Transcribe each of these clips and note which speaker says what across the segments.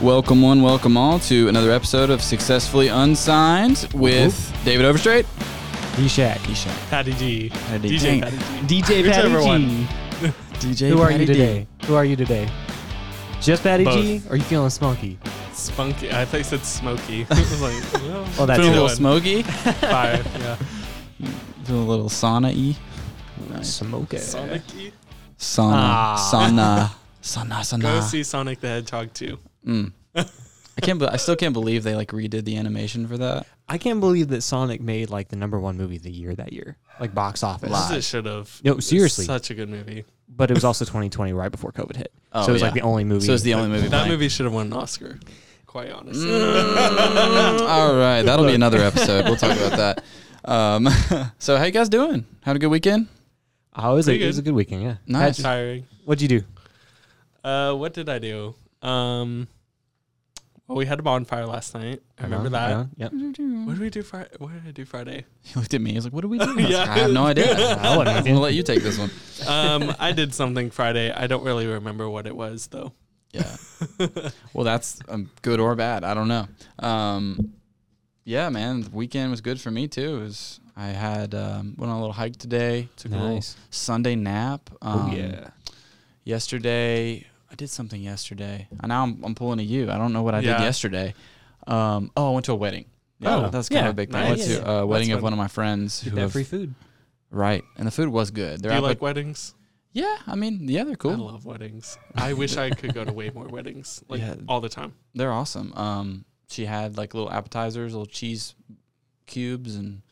Speaker 1: Welcome, one, welcome all, to another episode of Successfully Unsigned with David Overstreet.
Speaker 2: D-Shack.
Speaker 3: Patty G.
Speaker 1: Patty
Speaker 3: DJ
Speaker 1: G.
Speaker 3: Patty G.
Speaker 2: DJ
Speaker 3: Whichever
Speaker 2: Patty G.
Speaker 3: one.
Speaker 1: DJ,
Speaker 2: Who are
Speaker 1: Patty
Speaker 2: you
Speaker 1: D.
Speaker 2: today? Who are you today? Just Patty G?
Speaker 3: Both.
Speaker 2: Or are you feeling spunky?
Speaker 3: Spunky. I thought you said smoky. I was like, well,
Speaker 2: Well, that's
Speaker 1: Feeling a
Speaker 3: feeling
Speaker 1: little
Speaker 2: it.
Speaker 3: good.
Speaker 1: smoky,
Speaker 3: Fire. Yeah.
Speaker 1: feeling a little sauna y. Nice.
Speaker 2: Smoky.
Speaker 3: Sonic-y?
Speaker 1: Sauna.
Speaker 2: Ah.
Speaker 1: Sauna. Sauna, sauna.
Speaker 3: Go see Sonic the Hedgehog 2.
Speaker 1: Mm. I can't. Be- I still can't believe they like redid the animation for that.
Speaker 2: I can't believe that Sonic made like the number one movie of the year that year, like box office.
Speaker 1: Live.
Speaker 3: This should have.
Speaker 2: No, seriously.
Speaker 3: Such a good movie.
Speaker 2: But it was also 2020, right before COVID hit.
Speaker 1: Oh,
Speaker 2: so it was
Speaker 1: yeah.
Speaker 2: like the only movie.
Speaker 1: So it's the only movie.
Speaker 3: that
Speaker 1: blank.
Speaker 3: movie should have won an Oscar. Quite honest.
Speaker 1: Mm. All right, that'll be another episode. We'll talk about that. Um, so how you guys doing? Had a good weekend?
Speaker 2: I was.
Speaker 3: Pretty
Speaker 2: Oh, it was
Speaker 3: good.
Speaker 2: a good weekend. Yeah.
Speaker 1: Nice.
Speaker 2: How'd-
Speaker 3: Tiring.
Speaker 2: What'd you do?
Speaker 3: Uh, what did I do? Um, well, we had a bonfire last night. I remember that.
Speaker 2: Uh-huh, yeah, Yep.
Speaker 3: What did we do Friday? What did I do Friday?
Speaker 1: He looked at me. He was like, "What are we doing?" I, was
Speaker 3: Yeah.
Speaker 1: like, I have no idea.
Speaker 2: I wasn't
Speaker 1: I'm
Speaker 2: with you.
Speaker 1: gonna let you take this one.
Speaker 3: Um, I did something Friday. I don't really remember what it was though.
Speaker 1: Yeah. Well, that's um, good or bad. I don't know. Um, yeah, man. The weekend was good for me too. It was I had um, went on a little hike today. Took a little
Speaker 2: Nice.
Speaker 1: Sunday nap. Um,
Speaker 2: oh yeah.
Speaker 1: yesterday I did something yesterday. And now I'm, I'm pulling a U. I don't know what I did
Speaker 3: Yeah.
Speaker 1: yesterday. Um, oh, I went to a wedding.
Speaker 2: Yeah.
Speaker 1: oh, that's kind
Speaker 2: Yeah.
Speaker 1: of a big thing. I went
Speaker 2: Nice.
Speaker 1: to a wedding
Speaker 3: That's
Speaker 1: of
Speaker 3: fun.
Speaker 1: one of my friends
Speaker 2: Get
Speaker 1: who
Speaker 2: that
Speaker 1: have,
Speaker 2: free food.
Speaker 1: right, and the food was good. They're
Speaker 3: do you
Speaker 1: out
Speaker 3: like weddings?
Speaker 1: yeah, I mean, yeah, they're
Speaker 3: I
Speaker 1: cool.
Speaker 3: love weddings. I wish I could go to way more weddings, like
Speaker 1: Yeah.
Speaker 3: all the time.
Speaker 1: They're awesome. Um, she had like little appetizers, little cheese cubes, and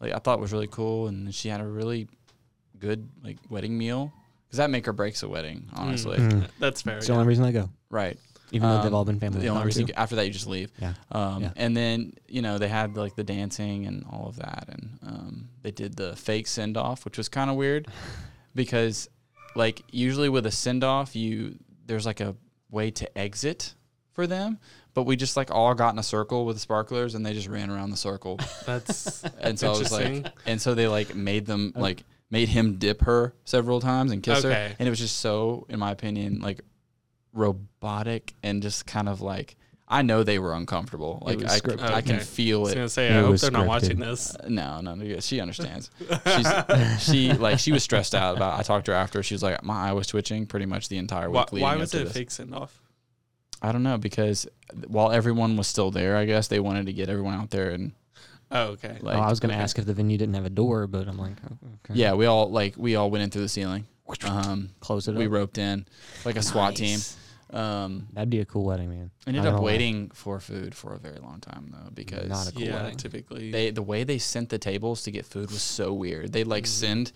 Speaker 1: like I thought was really cool. And then she had a really good like wedding meal because that make or breaks a wedding, honestly.
Speaker 3: Mm-hmm.
Speaker 2: Mm.
Speaker 3: That's fair.
Speaker 2: It's the
Speaker 3: yeah.
Speaker 2: only reason I go,
Speaker 1: Right.
Speaker 2: even though
Speaker 1: Um,
Speaker 2: they've all been family.
Speaker 1: The
Speaker 2: I've
Speaker 1: only
Speaker 2: gone
Speaker 1: reason
Speaker 2: to.
Speaker 1: you, after that you just leave.
Speaker 2: Yeah.
Speaker 1: Um,
Speaker 2: Yeah.
Speaker 1: And then you know they had like the dancing and all of that, and um, they did the fake send off, which was kind of weird because like usually with a send off, you there's like a way to exit for them, but we just like all got in a circle with sparklers and they just ran around the circle,
Speaker 3: That's
Speaker 1: and so I was like,
Speaker 3: interesting.
Speaker 1: and so they like made them like made him dip her several times and kiss her,
Speaker 3: Okay.
Speaker 1: and it was just so, in my opinion, like robotic and just kind of like I know they were uncomfortable. Like
Speaker 2: was
Speaker 1: I, c-
Speaker 2: scripted.
Speaker 1: I can
Speaker 3: Okay.
Speaker 1: feel
Speaker 3: I was
Speaker 1: it. Uh,
Speaker 3: gonna say,
Speaker 2: It
Speaker 3: I hope
Speaker 2: was
Speaker 3: they're not watching
Speaker 2: scripted.
Speaker 3: this.
Speaker 1: No, no, no, yeah, she understands. She's she like she was stressed out about. I talked to her after. She was like, my eye was twitching pretty much the entire
Speaker 3: Why,
Speaker 1: week. leading
Speaker 3: why
Speaker 1: up
Speaker 3: was
Speaker 1: to
Speaker 3: it a
Speaker 1: this.
Speaker 3: fake send off?
Speaker 1: I don't know because while everyone was still there, I guess they wanted to get everyone out there and
Speaker 3: Oh, okay.
Speaker 1: like.
Speaker 2: oh, I was gonna
Speaker 3: okay.
Speaker 2: ask if the venue didn't have a door, but I'm like, oh, okay.
Speaker 1: yeah, we all like we all went in through the ceiling. Um,
Speaker 2: Close it up.
Speaker 1: we roped in like a SWAT
Speaker 2: Nice.
Speaker 1: team. Um,
Speaker 2: That'd be a cool wedding, man.
Speaker 1: ended
Speaker 2: Not
Speaker 1: up
Speaker 2: gonna lie.
Speaker 1: waiting for food for a very long time though because
Speaker 2: Not a cool
Speaker 3: yeah,
Speaker 2: wedding.
Speaker 3: typically.
Speaker 1: they the way they sent the tables to get food was so weird. They like
Speaker 3: Mhm.
Speaker 1: send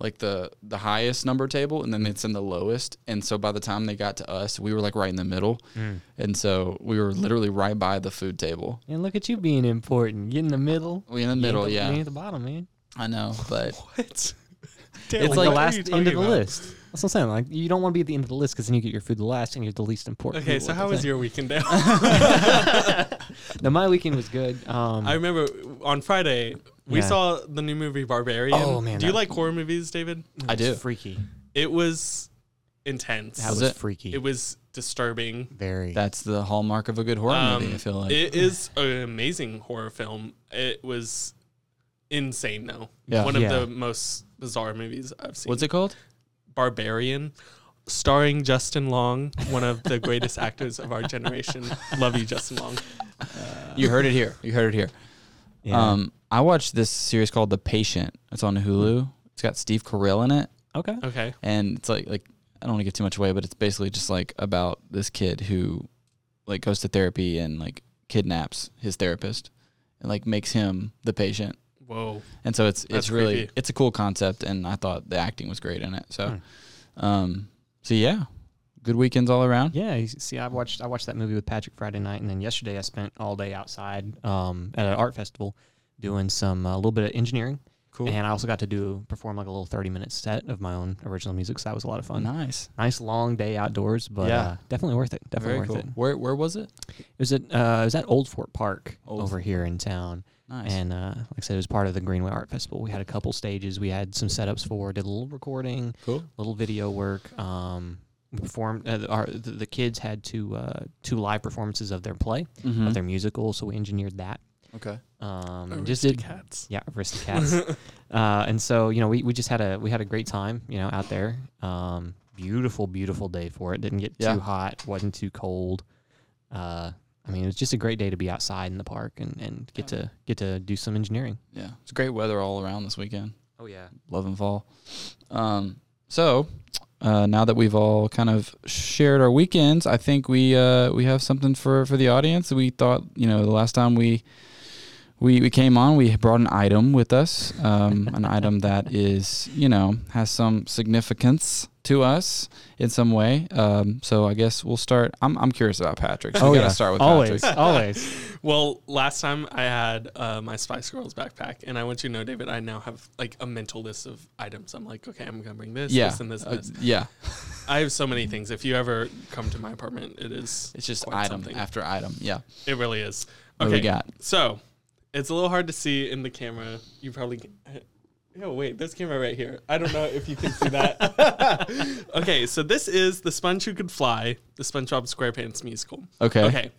Speaker 1: like the the highest number table and then they'd send the lowest. And so by the time they got to us, we were like right in the middle.
Speaker 2: Mm.
Speaker 1: And so we were literally right by the food table.
Speaker 2: And look at you being important. Get in the middle.
Speaker 1: We in the
Speaker 2: You ain't
Speaker 1: middle,
Speaker 2: the-
Speaker 1: yeah.
Speaker 2: You ain't at the bottom, man.
Speaker 1: I know, but
Speaker 3: what?
Speaker 2: It's
Speaker 3: what
Speaker 2: like
Speaker 3: are
Speaker 2: the
Speaker 3: you
Speaker 2: last end of
Speaker 3: talking
Speaker 2: the
Speaker 3: about?
Speaker 2: list. That's what I'm saying. Like you don't want to be at the end of the list because then you get your food last and you're the least important.
Speaker 3: Okay, so how was your weekend? Dan?
Speaker 2: Now my weekend was good. Um,
Speaker 3: I remember on Friday we
Speaker 2: Yeah.
Speaker 3: saw the new movie Barbarian.
Speaker 2: Oh, man,
Speaker 3: do you
Speaker 2: that-
Speaker 3: like horror movies, David?
Speaker 2: it
Speaker 1: I
Speaker 2: was
Speaker 1: do.
Speaker 2: Freaky.
Speaker 3: It was intense.
Speaker 2: That
Speaker 1: Was
Speaker 2: was,
Speaker 1: it?
Speaker 2: freaky.
Speaker 3: It was disturbing.
Speaker 2: very.
Speaker 1: that's the hallmark of a good horror movie, I feel like.
Speaker 3: Um, It is an amazing horror film. It was insane, though.
Speaker 1: Yeah.
Speaker 3: One of
Speaker 2: Yeah.
Speaker 3: the most bizarre movies I've seen.
Speaker 1: What's it called?
Speaker 3: Barbarian, starring Justin Long, one of the greatest actors of our generation. Love you, Justin Long. Uh,
Speaker 1: You heard it here. You heard it here.
Speaker 2: yeah.
Speaker 1: Um, I watched this series called The Patient. It's on
Speaker 2: Hmm.
Speaker 1: Hulu. It's got Steve Carell in it,
Speaker 2: okay.
Speaker 3: Okay.
Speaker 1: and it's like like I don't want to give too much away, but it's basically just like about this kid who like goes to therapy and like kidnaps his therapist and like makes him the patient.
Speaker 3: Whoa.
Speaker 1: And so it's it's
Speaker 3: That's
Speaker 1: really
Speaker 3: creepy.
Speaker 1: it's a cool concept, and I thought the acting was great in it. So,
Speaker 3: Hmm.
Speaker 1: um, so yeah, good weekends all around.
Speaker 2: Yeah. you See, I watched I watched that movie with Patrick Friday night, and then yesterday I spent all day outside um, at an art festival doing some uh, a little bit of engineering.
Speaker 1: Cool.
Speaker 2: And I also got to do perform like a little 30 minute set of my own original music, so that was a lot of fun.
Speaker 1: Nice,
Speaker 2: nice long day outdoors, but
Speaker 1: Yeah.
Speaker 2: uh, definitely worth it. Definitely
Speaker 1: very
Speaker 2: worth
Speaker 1: cool.
Speaker 2: it.
Speaker 1: Where where was it?
Speaker 2: It was at uh, it was at Old Fort Park
Speaker 1: Old
Speaker 2: over here in town,
Speaker 1: Nice.
Speaker 2: and uh, like I said, it was part of the Greenway Art Festival. We had a couple stages, we had some setups for, did a little recording,
Speaker 1: cool.
Speaker 2: little video work. Um, performed. Uh, the- our, the, the kids had two uh, two live performances of their play
Speaker 1: Mm-hmm.
Speaker 2: of their musical, so we engineered that.
Speaker 1: Okay.
Speaker 2: Um, and just did
Speaker 3: cats.
Speaker 2: yeah, Aristocats. uh, and so you know, we, we just had a we had a great time, you know, out there. Um, beautiful, beautiful day for it. Didn't get
Speaker 1: Yeah.
Speaker 2: too hot, wasn't too cold. Uh, I mean, it was just a great day to be outside in the park and, and get to get to do some engineering.
Speaker 1: Yeah. It's great weather all around this weekend.
Speaker 2: Oh yeah,
Speaker 1: Love and fall. Um, so uh, now that we've all kind of shared our weekends, I think we uh, we have something for for the audience. We thought you know the last time we. We, we came on. We brought an item with us, um, an item that is you know has some significance to us in some way. Um, so I guess we'll start. I'm, I'm curious about Patrick. So
Speaker 2: Oh,
Speaker 1: we gotta
Speaker 2: yeah.
Speaker 1: start with
Speaker 2: always,
Speaker 1: Patrick.
Speaker 2: always.
Speaker 3: Well, last time I had uh, my Spice Girls backpack, and I want you to know, David, I now have like a mental list of items. I'm like, okay, I'm gonna bring this,
Speaker 1: Yeah,
Speaker 3: this, and this. And
Speaker 1: Uh,
Speaker 3: this.
Speaker 1: yeah.
Speaker 3: I have so many things. If you ever come to my apartment, it is,
Speaker 1: It's just
Speaker 3: Quite
Speaker 1: item
Speaker 3: something.
Speaker 1: after item. Yeah.
Speaker 3: it really is.
Speaker 1: What do we got?
Speaker 3: So it's a little hard to see in the camera. You probably. Oh wait, this camera right here. I don't know if you can see that. okay, so this is the Sponge Who Could Fly, the SpongeBob SquarePants musical.
Speaker 1: Okay.
Speaker 3: Okay,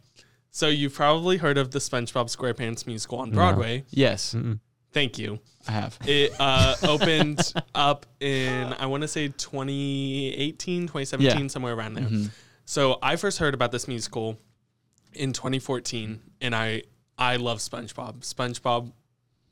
Speaker 3: so you've probably heard of the SpongeBob SquarePants musical on Broadway.
Speaker 1: Yes,
Speaker 3: Thank you.
Speaker 1: I have.
Speaker 3: It uh, opened up in I want to say 2018, 2017,
Speaker 1: Yeah.
Speaker 3: somewhere around there. So I first heard about this musical in 2014, and I I love SpongeBob. SpongeBob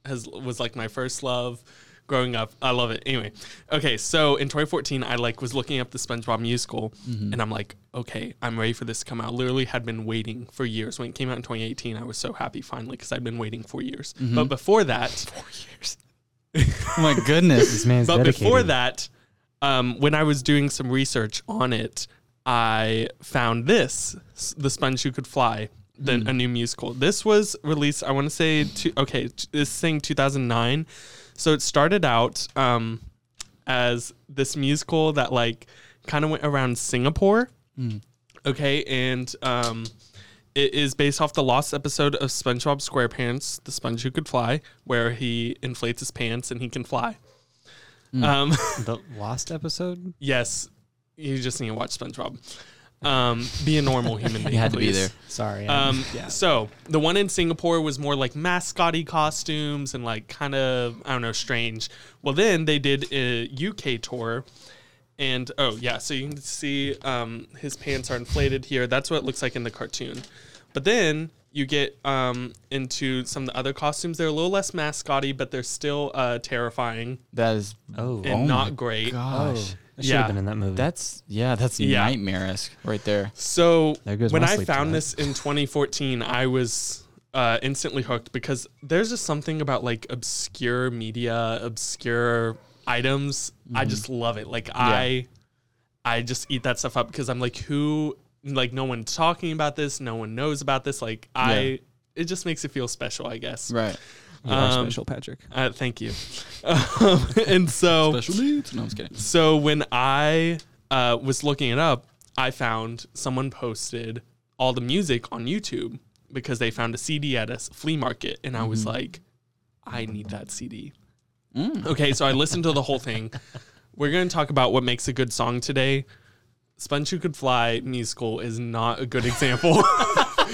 Speaker 3: has was like my first love growing up. I love it. Anyway, okay, so in 2014, I like was looking up the SpongeBob musical, and I'm like, okay, I'm ready for this to come out. Literally had been waiting for years. When it came out in 2018, I was so happy finally because I'd been waiting for years. But before that, Mm-hmm. four years.
Speaker 1: Oh my goodness.
Speaker 2: This man's
Speaker 3: But
Speaker 2: dedicated.
Speaker 3: before that, um, when I was doing some research on it, I found this, S- "The Sponge Who Could Fly," then a new musical. This was released, I want to say, two, okay, t- this thing 2009. So it started out um, as this musical that like kind of went around Singapore. Okay, and um, it is based off the lost episode of SpongeBob SquarePants, The Sponge Who Could Fly, where he inflates his pants and he can fly. Um,
Speaker 2: the lost episode.
Speaker 3: yes, you just need to watch SpongeBob. Um, be a normal human being.
Speaker 1: You had to be
Speaker 3: please.
Speaker 1: there.
Speaker 2: Sorry.
Speaker 3: Um, So the one in Singapore was more like mascoty costumes and like kind of I don't know strange. Well, then they did a UK tour, and oh yeah, so you can see um, his pants are inflated here. That's what it looks like in the cartoon. But then you get um, into some of the other costumes. They're a little less mascoty, but they're still uh, terrifying
Speaker 1: That is
Speaker 2: oh,
Speaker 3: and
Speaker 1: Oh my
Speaker 3: not great.
Speaker 1: gosh.
Speaker 2: I should have
Speaker 3: yeah.
Speaker 2: been in Oh. that movie.
Speaker 1: That's yeah, that's
Speaker 3: Yeah.
Speaker 1: nightmarish right there.
Speaker 3: So
Speaker 2: There goes
Speaker 3: when
Speaker 2: my
Speaker 3: I
Speaker 2: sleep
Speaker 3: found
Speaker 2: tonight.
Speaker 3: this in 2014, I was uh, instantly hooked because there's just something about like obscure media, obscure items.
Speaker 2: Mm-hmm.
Speaker 3: I just love it. Like I, I just eat that stuff up because I'm like, who? Like no one's talking about this. No one knows about this. Like I, it just makes it feel special. I guess.
Speaker 1: Right.
Speaker 2: You are
Speaker 3: um,
Speaker 2: special, Patrick.
Speaker 3: Uh, thank you. um, and so
Speaker 1: Special needs. No, I'm just kidding.
Speaker 3: so when I uh, was looking it up, I found someone posted all the music on YouTube because they found a CD at a s- flea market, and I was like, I need that CD. Okay, so I listened to the whole thing. We're going to talk about what makes a good song today. Sponge Who Could Fly musical is not a good example. the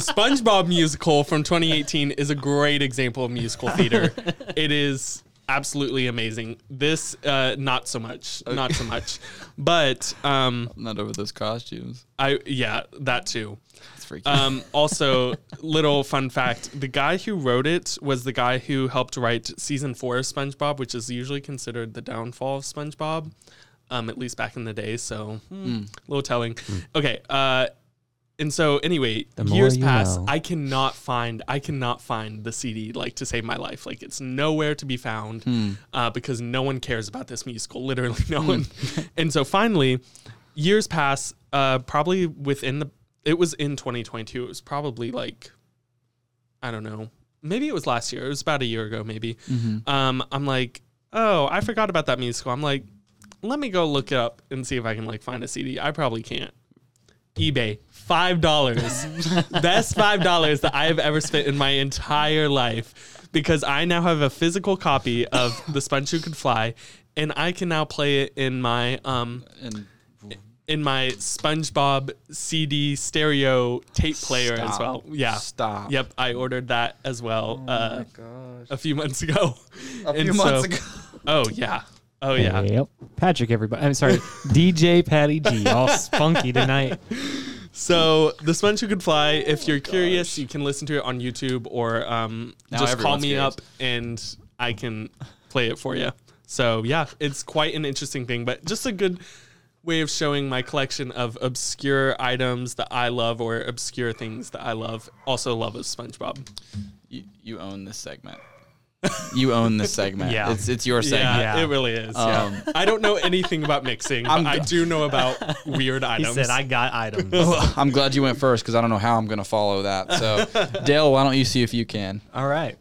Speaker 3: SpongeBob musical from 2018 is a great example of musical theater. it is absolutely amazing. This, uh, not so much, not so much. But um,
Speaker 1: I'm not over those costumes.
Speaker 3: I, yeah, that too.
Speaker 1: That's freaky.
Speaker 3: Um, also, little fun fact: the guy who wrote it was the guy who helped write season four of SpongeBob, which is usually considered the downfall of SpongeBob, um, at least back in the day. So, hmm, little telling. Okay. Uh, and so, anyway,
Speaker 2: The more
Speaker 3: years
Speaker 2: you
Speaker 3: pass.
Speaker 2: know.
Speaker 3: I cannot find. I cannot find the CD like to save my life. Like it's nowhere to be found
Speaker 1: hmm.
Speaker 3: uh, because no one cares about this musical. Literally, no one. and so, finally, years pass. Uh, probably within the. It was in 2022. It was probably like I don't know. Maybe it was last year. It was about a year ago, maybe. Um, I'm like, oh, I forgot about that musical. I'm like, let me go look it up and see if I can like find a CD. I probably can't. eBay, five dollars. Best five dollars that I have ever spent in my entire life because I now have a physical copy of The Sponge Who Could Fly, and I can now play it in my um
Speaker 1: and
Speaker 3: in my SpongeBob CD stereo tape player as
Speaker 1: Stop.
Speaker 3: well. Yeah.
Speaker 1: Stop. Oh
Speaker 3: Yep, I ordered that as well uh,
Speaker 1: gosh.
Speaker 3: a few months ago.
Speaker 1: A
Speaker 3: And
Speaker 1: few months
Speaker 3: so-
Speaker 1: ago.
Speaker 3: Oh yeah. Oh yeah.
Speaker 2: Yep. Patrick, everybody. I'm sorry. DJ Patty G. All spunky tonight.
Speaker 3: So the Sponge Who Could Fly. If you're curious, you can listen to it on YouTube or um,
Speaker 1: Now
Speaker 3: just call
Speaker 1: everyone's
Speaker 3: me
Speaker 1: curious.
Speaker 3: up and I can play it for you. So yeah, it's quite an interesting thing, but just a good way of showing my collection of obscure items that I love or obscure things that I love. Also love of SpongeBob.
Speaker 1: You, you own this segment. You own this segment.
Speaker 2: Yeah.
Speaker 1: It's it's your segment.
Speaker 3: Yeah,
Speaker 2: Yeah.
Speaker 3: it really is.
Speaker 1: Um,
Speaker 3: yeah. I don't know anything about mixing, but
Speaker 1: I'm
Speaker 3: I
Speaker 1: go-
Speaker 3: do know about weird
Speaker 2: He
Speaker 3: items.
Speaker 2: said, I got items.
Speaker 1: I'm glad you went first because I don't know how I'm going to follow that. So, Dale, why don't you see if you can?
Speaker 2: All right.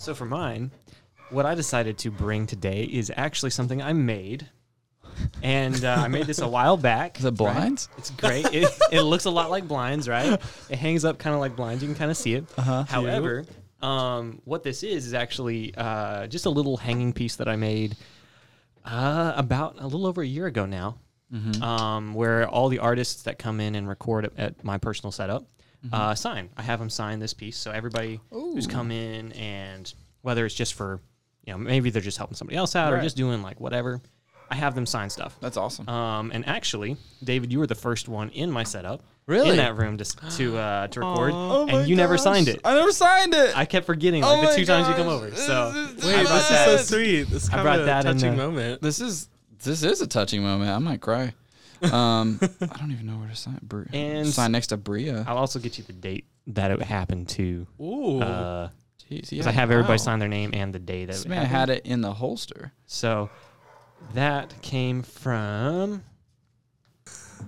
Speaker 2: So for mine, what I decided to bring today is actually something I made, and uh, I made this a while back.
Speaker 1: Is it blinds?
Speaker 2: It's great. It, it looks a lot like blinds, right? It hangs up kind of like blinds. You can kind of see it. However, um, what this is is actually uh, just a little hanging piece that I made uh, about a little over a year ago now, um, where all the artists that come in and record at, at my personal setup uh, sign. I have them sign this piece, so everybody who's come in and whether it's just for you know maybe they're just helping somebody else out or
Speaker 1: Right.
Speaker 2: just doing like whatever, I have them sign stuff.
Speaker 1: That's awesome.
Speaker 3: Uh,
Speaker 2: Um, and actually, David, you were the first one in my setup,
Speaker 1: Really?
Speaker 2: in that room to s- to uh, to record, and you never signed it.
Speaker 1: Oh I never signed it.
Speaker 2: I kept forgetting
Speaker 1: Oh
Speaker 2: like the
Speaker 1: my
Speaker 2: two times you come
Speaker 1: gosh.
Speaker 2: over. So
Speaker 1: This is-
Speaker 3: Wait,
Speaker 2: I
Speaker 3: this
Speaker 2: brought
Speaker 3: is
Speaker 2: that-
Speaker 3: so sweet. This is
Speaker 2: I
Speaker 3: kind
Speaker 2: brought
Speaker 3: of a
Speaker 2: that in
Speaker 3: touching
Speaker 2: the-
Speaker 3: moment.
Speaker 1: this is this is a touching moment. I might cry. Um, I don't even know where to sign. Bri-
Speaker 2: And-
Speaker 1: sign next to Bria.
Speaker 2: I'll also get you the date that it happened to,
Speaker 3: Ooh.
Speaker 2: because
Speaker 1: Jeez,
Speaker 2: I have everybody
Speaker 1: wow.
Speaker 2: sign their name and the day that
Speaker 1: This
Speaker 2: it
Speaker 1: man had
Speaker 2: happened.
Speaker 1: it in the holster.
Speaker 2: So that came from.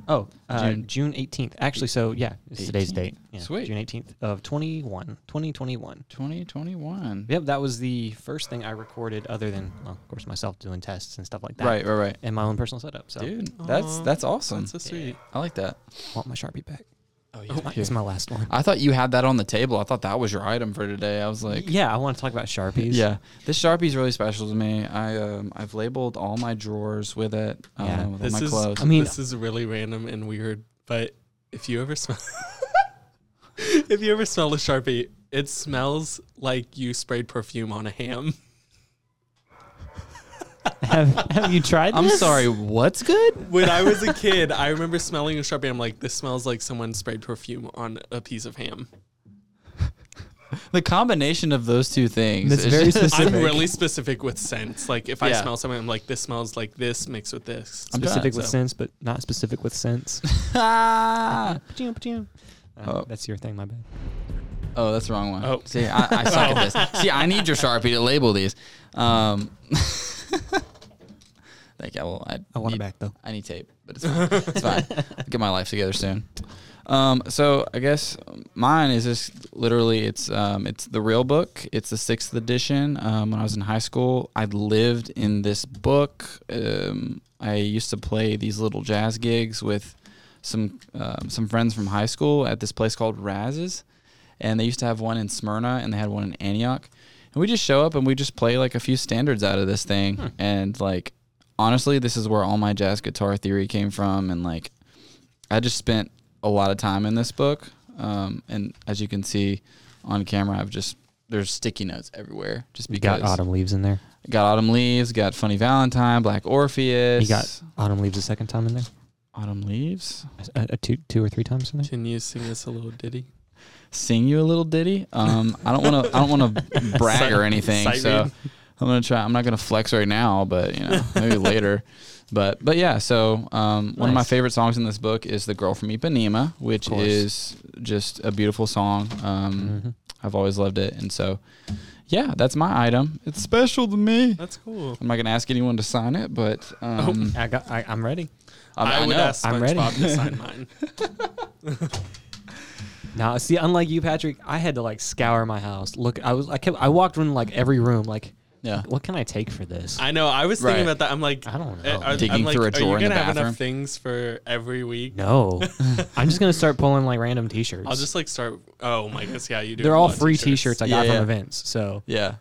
Speaker 2: Oh, uh,
Speaker 1: June-
Speaker 2: June eighteenth. Actually, so yeah, it's today's
Speaker 1: 18th.
Speaker 2: date. Yeah,
Speaker 1: Sweet.
Speaker 2: June eighteenth of 21, 2021.
Speaker 1: 2021.
Speaker 2: Yep, that was the first thing I recorded, other than, well, of course, myself doing tests and stuff like that.
Speaker 1: Right, right, right.
Speaker 2: And my own personal setup. So
Speaker 1: Dude, that's
Speaker 3: Aw,
Speaker 1: that's awesome.
Speaker 3: That's so sweet.
Speaker 1: I like that.
Speaker 2: want my Sharpie back.
Speaker 1: Oh
Speaker 2: Oh, it's my last one.
Speaker 1: I thought you had that on the table. I thought that was your item for today. I was like,
Speaker 2: yeah, I want to talk about Sharpies.
Speaker 1: Yeah, this Sharpie's really special to me. I um, I've labeled all my drawers with it. Um,
Speaker 2: Yeah.
Speaker 1: with all
Speaker 3: This
Speaker 1: my
Speaker 3: is
Speaker 1: clothes.
Speaker 2: I mean-
Speaker 3: this is really random and weird, but if you ever smell if you ever smell a Sharpie, it smells like you sprayed perfume on a ham.
Speaker 2: have, have you tried
Speaker 1: I'm
Speaker 2: this?
Speaker 1: sorry. What's good?
Speaker 3: When I was a kid, I remember smelling a Sharpie. I'm like, this smells like someone sprayed perfume on a piece of ham.
Speaker 1: The combination of those two things.
Speaker 2: That's
Speaker 1: is
Speaker 2: very
Speaker 1: just-
Speaker 2: specific.
Speaker 3: I'm really specific with scents. Like if I
Speaker 1: Yeah.
Speaker 3: smell something, I'm like, this smells like this mixed with this.
Speaker 1: I'm done,
Speaker 2: Specific with
Speaker 3: so.
Speaker 2: sense, but not specific with sense.
Speaker 1: Ah!
Speaker 2: Ba-chum, ba-chum. Uh,
Speaker 1: Oh.
Speaker 2: That's your thing, my bad.
Speaker 1: Oh, that's the wrong one.
Speaker 3: Oh.
Speaker 1: See, I, I suck at this. See, I need your Sharpie to label these. Um, thank you. Well, I,
Speaker 2: I want
Speaker 1: need,
Speaker 2: it back, though.
Speaker 1: I need tape, but it's fine. it's fine. I'll Get my life together soon. Um, so I guess mine is just literally it's um, it's the real book. It's the sixth edition. Um, when I was in high school, I lived in this book. Um, I used to play these little jazz gigs with some um, some friends from high school at this place called Raz's, and they used to have one in Smyrna and they had one in Antioch, and we just show up and we just play like a few standards out of this thing, and like honestly, this is where all my jazz guitar theory came from, and like I just spent a lot of time in this book, um, and as you can see on camera, I've just there's sticky notes everywhere just
Speaker 2: You
Speaker 1: because
Speaker 2: got autumn leaves in there.
Speaker 1: got autumn leaves, got funny Valentine, Black Orpheus,
Speaker 2: You got autumn leaves a second time in there.
Speaker 1: autumn leaves.
Speaker 2: A, a two, two or three times in there.
Speaker 3: Can you sing us a little ditty?
Speaker 1: sing you a little ditty. Um, I don't want to. I don't want to brag or
Speaker 3: Sight-
Speaker 1: anything.
Speaker 3: sight
Speaker 1: so
Speaker 3: read.
Speaker 1: I'm gonna try. I'm not gonna flex right now, but you know, maybe later. But but yeah. So um, one of my
Speaker 2: Nice.
Speaker 1: favorite songs in this book is "The Girl from Ipanema," which
Speaker 2: course.
Speaker 1: is just a beautiful song. Um,
Speaker 2: Mhm.
Speaker 1: I've always loved it, and so yeah, that's my item. It's special to me.
Speaker 3: That's cool.
Speaker 1: I'm not gonna ask anyone to sign it, but um,
Speaker 2: I got, I, I'm ready.
Speaker 3: Oh, I, would
Speaker 1: know.
Speaker 3: ask
Speaker 2: I'm ready.
Speaker 3: SpongeBob to sign mine.
Speaker 2: Now, see, unlike you, Patrick, I had to like scour my house. Look, I was, I kept, I walked in like every room, like,
Speaker 1: Yeah.
Speaker 2: What can I take for this?
Speaker 3: I know. I was thinking
Speaker 1: Right.
Speaker 3: about that. I'm like,
Speaker 2: I don't
Speaker 3: eh,
Speaker 2: know.
Speaker 3: Are,
Speaker 1: Digging
Speaker 3: I'm like,
Speaker 1: through a
Speaker 3: are
Speaker 1: drawer
Speaker 3: you
Speaker 1: in the
Speaker 3: gonna have
Speaker 1: bathroom.
Speaker 3: enough things for every week?
Speaker 2: no, I'm just gonna start pulling like random T-shirts.
Speaker 3: I'll just like start. Oh my goodness, yeah, you do.
Speaker 2: They're
Speaker 3: have a
Speaker 2: all
Speaker 3: lot of
Speaker 2: free T-shirts I
Speaker 1: Yeah,
Speaker 2: got
Speaker 1: yeah.
Speaker 2: from events, so
Speaker 1: Yeah.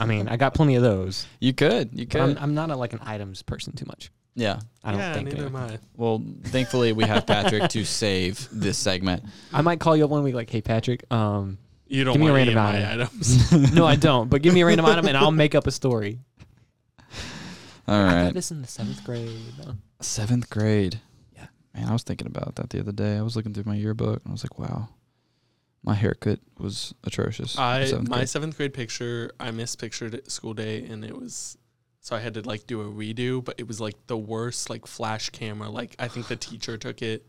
Speaker 2: I mean, I got plenty of those.
Speaker 1: You could. You
Speaker 2: But
Speaker 1: could.
Speaker 3: Um,
Speaker 2: I'm, I'm not a, like an items person too much.
Speaker 1: yeah.
Speaker 2: I don't
Speaker 3: yeah,
Speaker 2: think.
Speaker 3: neither am
Speaker 2: anyway.
Speaker 3: I.
Speaker 1: Well, thankfully we have Patrick to save this segment.
Speaker 2: I might call you up one week, like, "Hey, Patrick, um,
Speaker 3: You don't
Speaker 2: Give me a
Speaker 3: want
Speaker 2: random
Speaker 3: any of my
Speaker 2: item.
Speaker 3: items.
Speaker 2: no, I don't, but give me a random item and I'll make up a story."
Speaker 1: All
Speaker 2: I
Speaker 1: right.
Speaker 2: got this in the seventh grade.
Speaker 1: Seventh grade.
Speaker 2: Yeah.
Speaker 1: Man, I was thinking about that the other day. I was looking through my yearbook and I was like, wow, my haircut was atrocious. in
Speaker 3: I
Speaker 1: seventh
Speaker 3: my
Speaker 1: grade.
Speaker 3: seventh grade picture. I mispictured it school day, and it was so I had to like do a redo, but it was like the worst like flash camera. Like I think the teacher took it,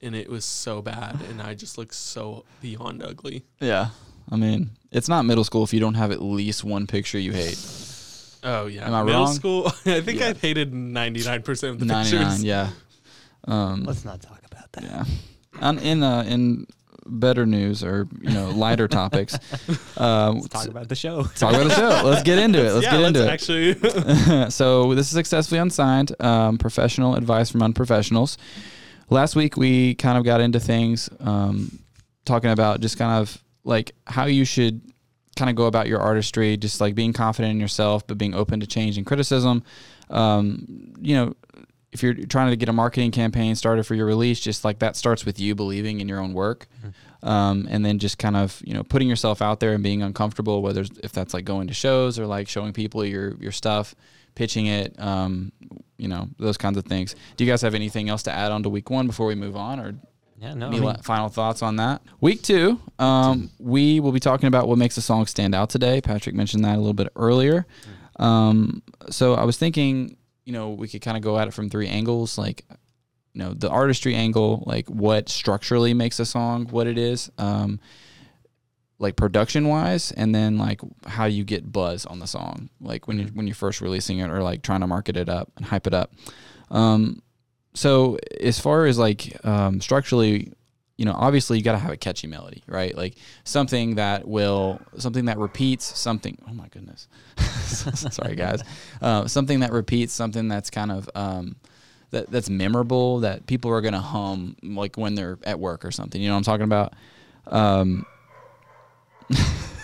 Speaker 3: and it was so bad, and I just looked so beyond ugly.
Speaker 1: yeah. I mean, it's not middle school if you don't have at least one picture you hate.
Speaker 3: Oh yeah,
Speaker 1: Am I
Speaker 3: middle
Speaker 1: wrong?
Speaker 3: school. I think
Speaker 1: Yeah.
Speaker 3: I've hated ninety nine percent of the
Speaker 1: 99,
Speaker 3: pictures.
Speaker 1: yeah. Um,
Speaker 2: Let's not talk about that.
Speaker 1: Yeah. And in uh, in better news or you know lighter topics, uh,
Speaker 2: Let's talk about the show.
Speaker 1: talk about the show. Let's get into it. Let's
Speaker 3: yeah,
Speaker 1: get into
Speaker 3: let's actually.
Speaker 1: it. so this is successfully unsigned. Um, professional advice from unprofessionals. Last week we kind of got into things um, talking about just kind of like how you should kind of go about your artistry, just like being confident in yourself, but being open to change and criticism. Um, you know, if you're trying to get a marketing campaign started for your release, just like that starts with you believing in your own work, um, and then just kind of you know putting yourself out there and being uncomfortable, whether it's- if that's like going to shows or like showing people your your stuff, pitching it, um, you know those kinds of things. Do you guys have anything else to add on to week one before we move on, or
Speaker 2: Yeah, no. I
Speaker 1: any
Speaker 2: mean,
Speaker 1: la- final thoughts on that? Week two, um, we will be talking about what makes a song stand out today. Patrick mentioned that a little bit earlier.
Speaker 2: Mm.
Speaker 1: Um, so I was thinking, you know, we could kind of go at it from three angles, like, you know, the artistry angle, like what structurally makes a song what it is, um, like production wise, and then like how you get buzz on the song, like when you when you're first releasing it or like trying to market it up and hype it up. Um, so as far as like um, structurally you know obviously you got to have a catchy melody right like something that will something that repeats something oh my goodness sorry guys uh, something that repeats something that's kind of um, that, that's memorable that people are gonna hum like when they're at work or something you know what i'm talking about um,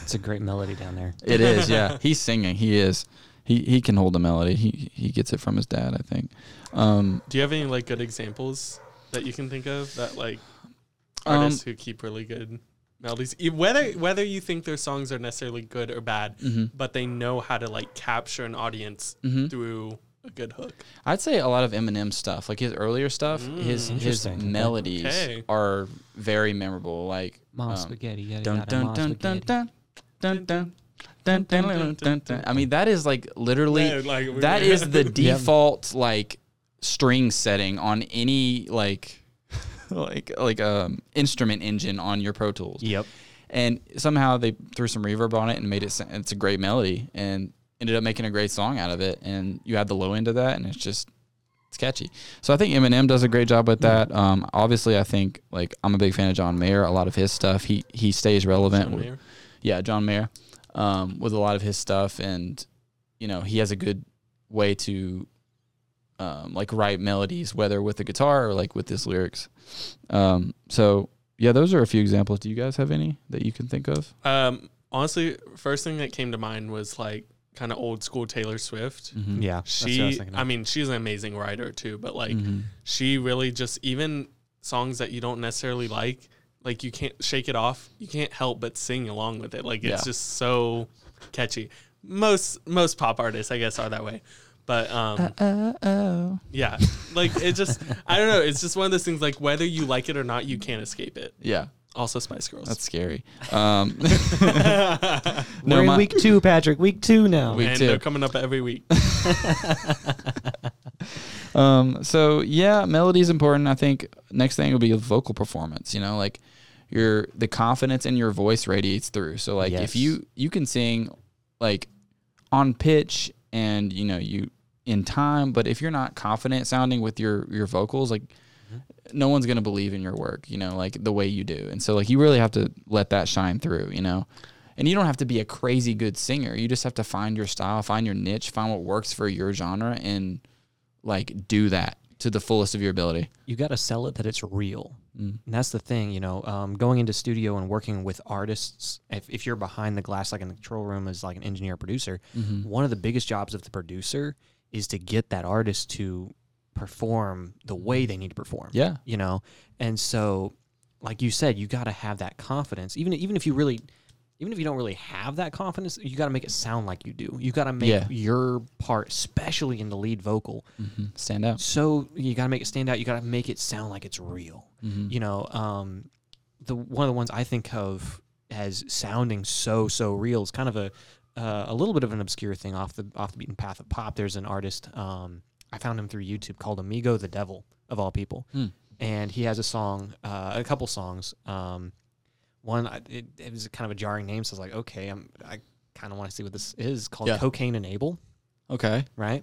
Speaker 2: it's a great melody down there.
Speaker 1: it is yeah he's singing he is he, he can hold a melody he, he gets it from his dad i think um,
Speaker 3: Do you have any like good examples that you can think of that like
Speaker 1: Um,
Speaker 3: artists who keep really good melodies, E- whether whether you think their songs are necessarily good or bad,
Speaker 2: Mm-hmm.
Speaker 1: mm-hmm.
Speaker 3: but they know how to like capture an audience through a good hook.
Speaker 1: I'd say a lot of Eminem stuff, like his earlier stuff, his his
Speaker 2: Mm, interesting.
Speaker 1: melodies
Speaker 3: Okay.
Speaker 1: are very memorable. Like
Speaker 2: Mom
Speaker 1: um,
Speaker 2: spaghetti. Yada,
Speaker 1: dun
Speaker 2: yada,
Speaker 1: dun
Speaker 2: mom
Speaker 1: dun dun dun
Speaker 2: spaghetti.
Speaker 1: dun dun. Dun, dun, dun, dun, dun. I mean, that is like literally
Speaker 3: Yeah, like we-
Speaker 1: that is the default like string setting on any like like like um instrument engine on your Pro Tools
Speaker 2: Yep.
Speaker 1: and somehow they threw some reverb on it and made it sa- it's a great melody and ended up making a great song out of it and you add the low end of that and it's just it's catchy so i think eminem does a great job with that um, obviously i think like i'm a big fan of john mayer a lot of his stuff he he stays relevant with-
Speaker 3: Mayer?
Speaker 1: yeah john mayer um, with a lot of his stuff and you know he has a good way to um, like write melodies whether with the guitar or like with his lyrics um, so yeah those are a few examples do you guys have any that you can think of
Speaker 3: Um, honestly, first thing that came to mind was like kind of old school Taylor Swift.
Speaker 2: Yeah. that's what I was
Speaker 3: She,
Speaker 2: thinking of.
Speaker 3: I,
Speaker 2: Mm-hmm.
Speaker 3: mean, she's an amazing writer too, but like
Speaker 1: Mm-hmm.
Speaker 3: she really just even songs that you don't necessarily like, like you can't shake it off. You can't help but sing along with it. Like it's
Speaker 1: Yeah.
Speaker 3: just so catchy. Most most pop artists, I guess, are that way. But um,
Speaker 2: Uh.
Speaker 1: oh
Speaker 3: yeah, like it just I don't know. It's just one of those things. Like whether you like it or not, you can't escape it.
Speaker 1: yeah
Speaker 3: Also, Spice Girls.
Speaker 1: that's scary um, no,
Speaker 2: We're in
Speaker 1: my-
Speaker 2: week two, Patrick. Week two now.
Speaker 1: Week- me
Speaker 3: and
Speaker 1: too.
Speaker 3: they're coming up every week.
Speaker 1: Um, so yeah, melody's important. I think next thing will be vocal performance. You know, like your the confidence in your voice radiates through. So like if
Speaker 2: Yes.
Speaker 1: you you can sing like on pitch and you know you in time, but if you're not confident sounding with your your vocals, like no one's gonna believe in your work. You know, like the way you do. And so like you really have to let that shine through. You know, And you don't have to be a crazy good singer. You just have to find your style, find your niche, find what works for your genre, and like do that to the fullest of your ability.
Speaker 2: you got to sell it that it's real. And that's the thing, you know, um, going into studio and working with artists, if, if you're behind the glass, like in the control room as like an engineer producer, one of the biggest jobs of the producer is to get that artist to perform the way they need to perform.
Speaker 1: Yeah.
Speaker 2: You know, and so, like you said, you got to have that confidence. Even, even if you really, even if you don't really have that confidence, you got to make it sound like you do. You got to make
Speaker 1: Yeah.
Speaker 2: your part, especially in the lead vocal,
Speaker 1: Stand out.
Speaker 2: so you got to make it stand out. You got to make it sound like it's real. You know, um, the one of the ones I think of as sounding so so real is kind of a uh, a little bit of an obscure thing off the off the beaten path of pop. There's an artist um, I found him through YouTube called Amigo the Devil of all people, and he has a song, uh, a couple songs. Um, one I- it, it was kind of a jarring name, so I was like, okay, I'm, I kind of want to see what this is called.
Speaker 1: Yeah.
Speaker 2: Cocaine and Abel
Speaker 1: Okay.
Speaker 2: right?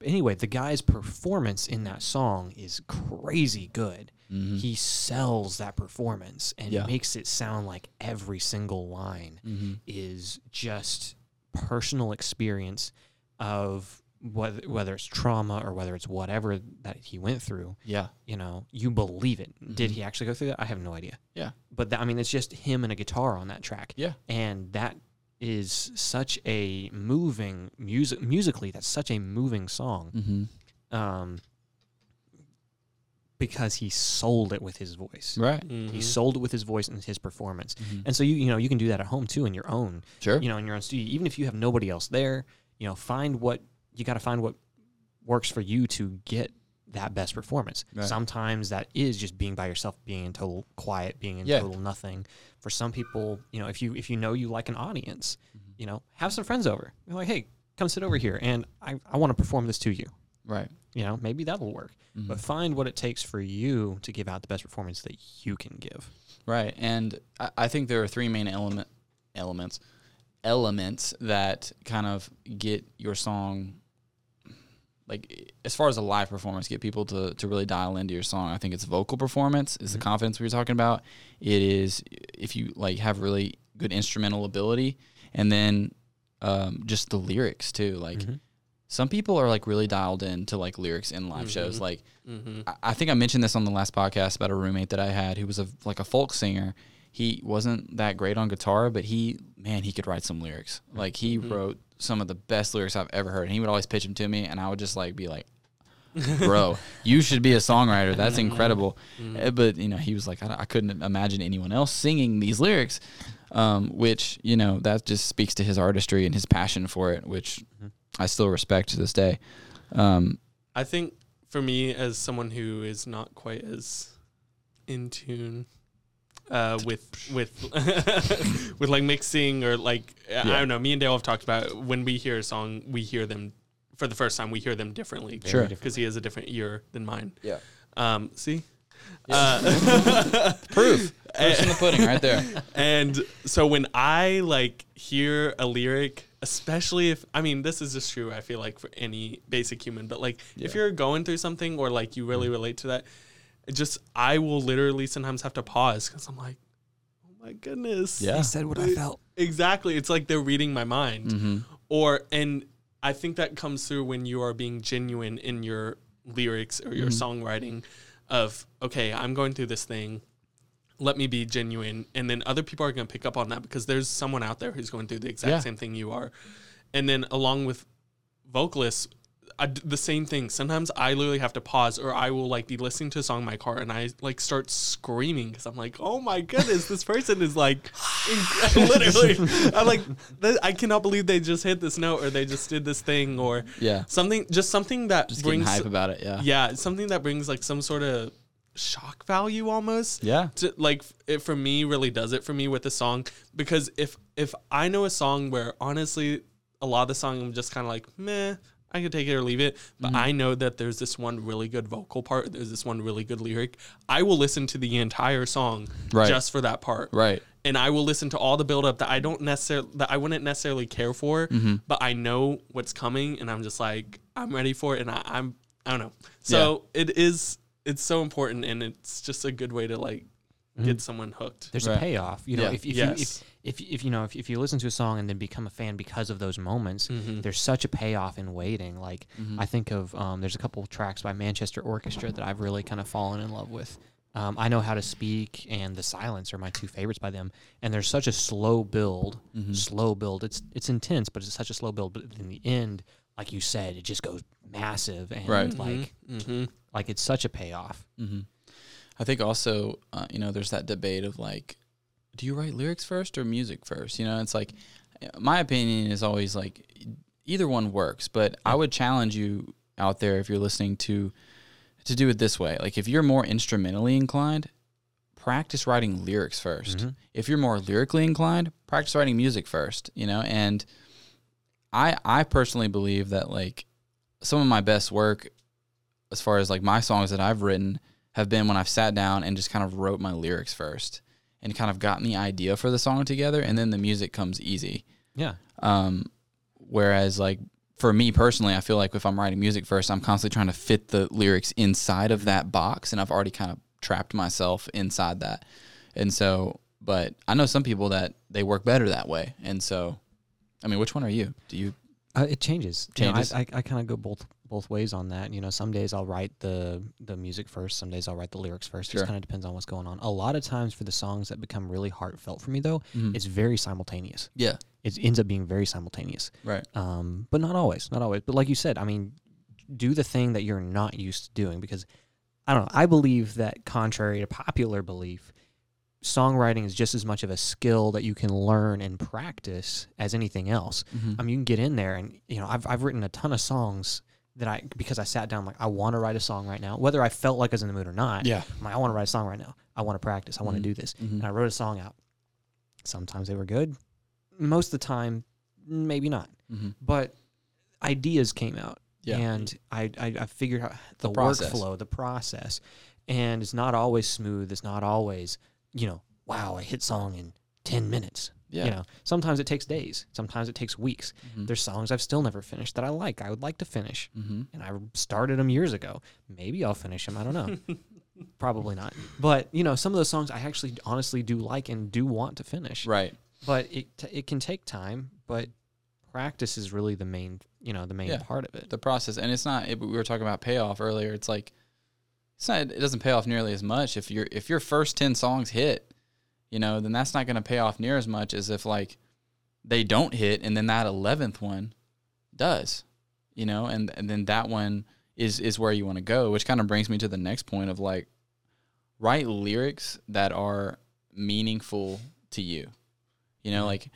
Speaker 2: But anyway, the guy's performance in that song is crazy good.
Speaker 1: Mm-hmm.
Speaker 2: He sells that performance and
Speaker 1: Yeah.
Speaker 2: makes it sound like every single line
Speaker 1: Mm-hmm.
Speaker 2: is just personal experience of whether whether it's trauma or whether it's whatever that he went through.
Speaker 1: Yeah.
Speaker 2: You know, you believe it. Did he actually go through that? I have no idea.
Speaker 1: Mm-hmm. Yeah.
Speaker 2: But that, I mean, it's just him and a guitar on that track
Speaker 1: Yeah.
Speaker 2: and that is such a moving music musically that's such a moving song
Speaker 1: Mm-hmm.
Speaker 2: um because he sold it with his voice
Speaker 1: Right. Mm-hmm.
Speaker 2: he sold it with his voice and his performance and so you you know you can do that at home too in your own
Speaker 1: Sure.
Speaker 2: you know in your own studio even if you have nobody else there you know find what you got to find what works for you to get that best performance
Speaker 1: Right.
Speaker 2: sometimes that is just being by yourself being in total quiet being in
Speaker 1: Yeah.
Speaker 2: total nothing for some people you know if you if you know you like an audience
Speaker 1: Mm-hmm.
Speaker 2: you know have some friends over You're like hey come sit over here and i, I want to perform this to you
Speaker 1: Right.
Speaker 2: you know maybe that'll work
Speaker 1: Mm-hmm.
Speaker 2: but find what it takes for you to give out the best performance that you can give
Speaker 1: Right. And I, I think there are three main element elements elements that kind of get your song like as far as a live performance, get people to, to really dial into your song. I think it's vocal performance is the confidence we were talking about. It is if you like have really good instrumental ability and then um, just the lyrics too. Like some people are like really dialed into like lyrics in live shows. Like I, I think I mentioned this on the last podcast about a roommate that I had who was a like a folk singer. He wasn't that great on guitar, but he man, he could write some lyrics. Like he wrote some of the best lyrics I've ever heard. And he would always pitch them to me, and I would just like be like, "Bro, you should be a songwriter. That's incredible." Uh, But you know, he was like, I, don't- "I couldn't imagine anyone else singing these lyrics," um, which you know that just speaks to his artistry and his passion for it, which I still respect to this day. Um,
Speaker 3: I think for me, as someone who is not quite as in tune uh, with with with like mixing or like I don't know, me and Dale have talked about when we hear a song, we hear them for the first time, we hear them differently,
Speaker 1: Sure.
Speaker 3: because he has a different ear than mine.
Speaker 1: yeah,
Speaker 3: Um, see,
Speaker 1: proof, proof
Speaker 3: Uh,
Speaker 1: in the pudding, right there.
Speaker 3: and so when I like hear a lyric, especially if I mean this is just true, I feel like for any basic human, but like if you're going through something or like you really relate to that, it just I will literally sometimes have to pause because I'm like, oh my goodness,
Speaker 1: Yeah. They said
Speaker 2: what i felt
Speaker 3: exactly. It's like they're reading my mind, or and I think that comes through when you are being genuine in your lyrics or your songwriting. Of okay, I'm going through this thing let me be genuine and then other people are going to pick up on that because there's someone out there who's going through the exact
Speaker 1: Yeah.
Speaker 3: same thing you are and then along with vocalists I d the same thing sometimes i literally have to pause or i will like be listening to a song in my car and i like start screaming because i'm like oh my goodness this person is like inc- literally i'm like "Th- i cannot believe they just hit this note or they just did this thing or
Speaker 1: Yeah.
Speaker 3: something just something that
Speaker 1: Just getting
Speaker 3: brings
Speaker 1: hype about it. Yeah.
Speaker 3: yeah it's something that brings like some sort of shock value almost
Speaker 1: Yeah.
Speaker 3: to, like it for me really does it for me with the song because if if i know a song where honestly a lot of the song i'm just kind of like meh i could take it or leave it but
Speaker 1: Mm-hmm.
Speaker 3: i know that there's this one really good vocal part there's this one really good lyric i will listen to the entire song
Speaker 1: Right.
Speaker 3: just for that part
Speaker 1: Right.
Speaker 3: and I will listen to all the buildup that I don't necessarily that I wouldn't necessarily care for,
Speaker 2: Mm-hmm.
Speaker 3: but I know what's coming, and I'm just like I'm ready for it, and I, I'm I don't know. So it is it's so important, and it's just a good way to like
Speaker 2: Mm-hmm.
Speaker 3: get someone hooked.
Speaker 2: There's
Speaker 1: Right.
Speaker 2: a payoff, you know.
Speaker 1: Yeah.
Speaker 2: If, if
Speaker 3: Yes.
Speaker 2: you if, if if you know if, if you listen to a song and then become a fan because of those moments,
Speaker 1: Mm-hmm.
Speaker 2: there's such a payoff in waiting. Like I think of um, there's a couple tracks by Manchester Orchestra that I've really kind of fallen in love with. Um, I know how to speak and the silence are my two favorites by them. And there's such a slow build,
Speaker 1: Mm-hmm.
Speaker 2: slow build. It's it's intense, but it's such a slow build. But in the end, like you said, it just goes massive and
Speaker 1: Right.
Speaker 2: like
Speaker 3: Mm-hmm.
Speaker 2: like it's such a payoff.
Speaker 1: hmm I think also, uh, you know, there's that debate of like, do you write lyrics first or music first? You know, it's like, my opinion is always like, either one works, but I would challenge you out there if you're listening to, to do it this way. Like, if you're more instrumentally inclined, practice writing lyrics 1st If you're more lyrically inclined, practice writing music first, you know, and I, I personally believe that like some of my best work as far as like my songs that I've written have been when I've sat down and just kind of wrote my lyrics first and kind of gotten the idea for the song together and then the music comes easy.
Speaker 2: Yeah.
Speaker 1: Um, whereas like for me personally, I feel like if I'm writing music first, I'm constantly trying to fit the lyrics inside of that box and I've already kind of trapped myself inside that. And so, but I know some people that they work better that way. And so, I mean, which one are you? Do you?
Speaker 2: Uh, it changes.
Speaker 1: Changes.
Speaker 2: You know, I, I, I kind of go both both ways on that. You know, some days I'll write the the music first. Some days I'll write the lyrics first. It
Speaker 1: Sure.
Speaker 2: Just kind of depends on what's going on. A lot of times for the songs that become really heartfelt for me though,
Speaker 1: Mm-hmm.
Speaker 2: it's very simultaneous.
Speaker 1: Yeah.
Speaker 2: It ends up being very simultaneous.
Speaker 1: Right.
Speaker 2: Um, but not always, not always. But like you said, I mean, do the thing that you're not used to doing because I don't know. I believe that contrary to popular belief, songwriting is just as much of a skill that you can learn and practice as anything else.
Speaker 1: Mm-hmm.
Speaker 2: I mean, you can get in there and you know, I've I've written a ton of songs that I because I sat down like I want to write a song right now, whether I felt like I was in the mood or not.
Speaker 1: Yeah.
Speaker 2: I'm like, I want to write a song right now. I want to practice. I want
Speaker 1: Mhm.
Speaker 2: to do this.
Speaker 1: Mhm.
Speaker 2: And I wrote a song out. Sometimes they were good. Most of the time, maybe not
Speaker 1: Mm-hmm.
Speaker 2: but ideas came out
Speaker 1: Yeah.
Speaker 2: and I, I i figured out the,
Speaker 1: process.
Speaker 2: workflow the process and it's not always smooth it's not always you know wow i hit song in 10 minutes
Speaker 1: Yeah.
Speaker 2: you know sometimes it takes days sometimes it takes weeks there's songs i've still never finished that i like i would like to finish
Speaker 1: Mm-hmm.
Speaker 2: and i started them years ago maybe i'll finish them i don't know probably not but you know some of those songs i actually honestly do like and do want to finish
Speaker 1: Right.
Speaker 2: but it t- it can take time but practice is really the main you know the main
Speaker 1: Yeah.
Speaker 2: part of it
Speaker 1: the process and it's not it, we were talking about payoff earlier it's like it's not it doesn't pay off nearly as much if your if your first 10 songs hit you know then that's not going to pay off near as much as if like they don't hit and then that 11th one does you know and and then that one is is where you want to go which kind of brings me to the next point of like write lyrics that are meaningful to you you know like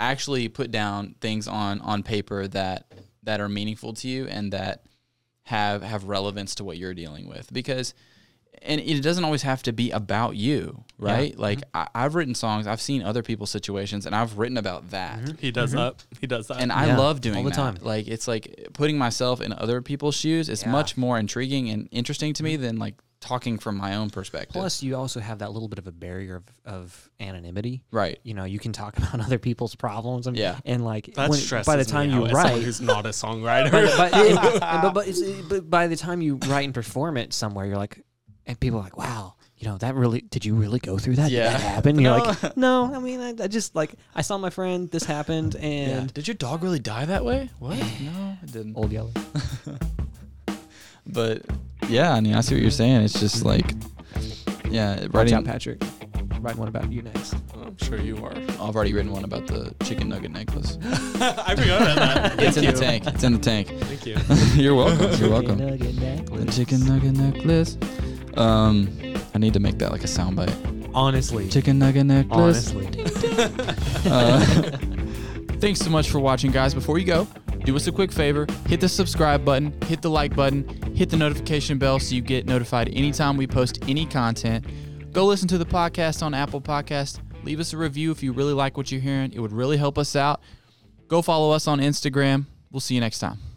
Speaker 1: actually put down things on on paper that that are meaningful to you and that have have relevance to what you're dealing with because and it doesn't always have to be about you right like I, i've written songs i've seen other people's situations and i've written about that
Speaker 3: He does
Speaker 2: Mm-hmm.
Speaker 3: up. He does that.
Speaker 1: and I
Speaker 2: Yeah,
Speaker 1: love doing
Speaker 2: all the
Speaker 1: that.
Speaker 2: time.
Speaker 1: Like it's like putting myself in other people's shoes is
Speaker 2: Yeah.
Speaker 1: much more intriguing and interesting to me than like talking from my own perspective.
Speaker 2: plus you also have that little bit of a barrier of, of anonymity
Speaker 1: right.
Speaker 2: you know you can talk about other people's problems and,
Speaker 1: Yeah.
Speaker 2: and like
Speaker 3: that
Speaker 2: when-
Speaker 3: stresses
Speaker 2: by the time
Speaker 3: me
Speaker 2: you
Speaker 3: out as someone
Speaker 2: write
Speaker 3: who's not a songwriter.
Speaker 2: but, but, and- but, but, it's- but by the time you write and perform it somewhere you're like and people are like wow you know that really did you really go through that
Speaker 1: Yeah.
Speaker 2: did that happen And you're like no i mean I, I just like i saw my friend this happened and
Speaker 1: Did your dog really die that way? What? No, it didn't.
Speaker 2: old yellow
Speaker 1: But yeah, I mean, I see what you're saying. It's just like, yeah,
Speaker 2: Watch
Speaker 1: writing.
Speaker 2: out, Patrick. Write one about you next.
Speaker 3: I'm sure you are.
Speaker 1: I've already written one about the chicken nugget necklace.
Speaker 3: I forgot about that. Thank
Speaker 1: it's in
Speaker 3: you.
Speaker 1: the tank. It's in the tank.
Speaker 3: Thank you.
Speaker 1: you're welcome. You're welcome. The
Speaker 2: welcome.
Speaker 1: chicken nugget necklace. Um, I need to make that like a soundbite.
Speaker 2: Honestly.
Speaker 1: Chicken nugget necklace.
Speaker 2: Honestly.
Speaker 1: Uh, thanks so much for watching, guys. Before you go, do us a quick favor hit the subscribe button, hit the like button, hit the notification bell so you get notified anytime we post any content. Go listen to the podcast on Apple Podcasts. Leave us a review if you really like what you're hearing, it would really help us out. Go follow us on Instagram. We'll see you next time.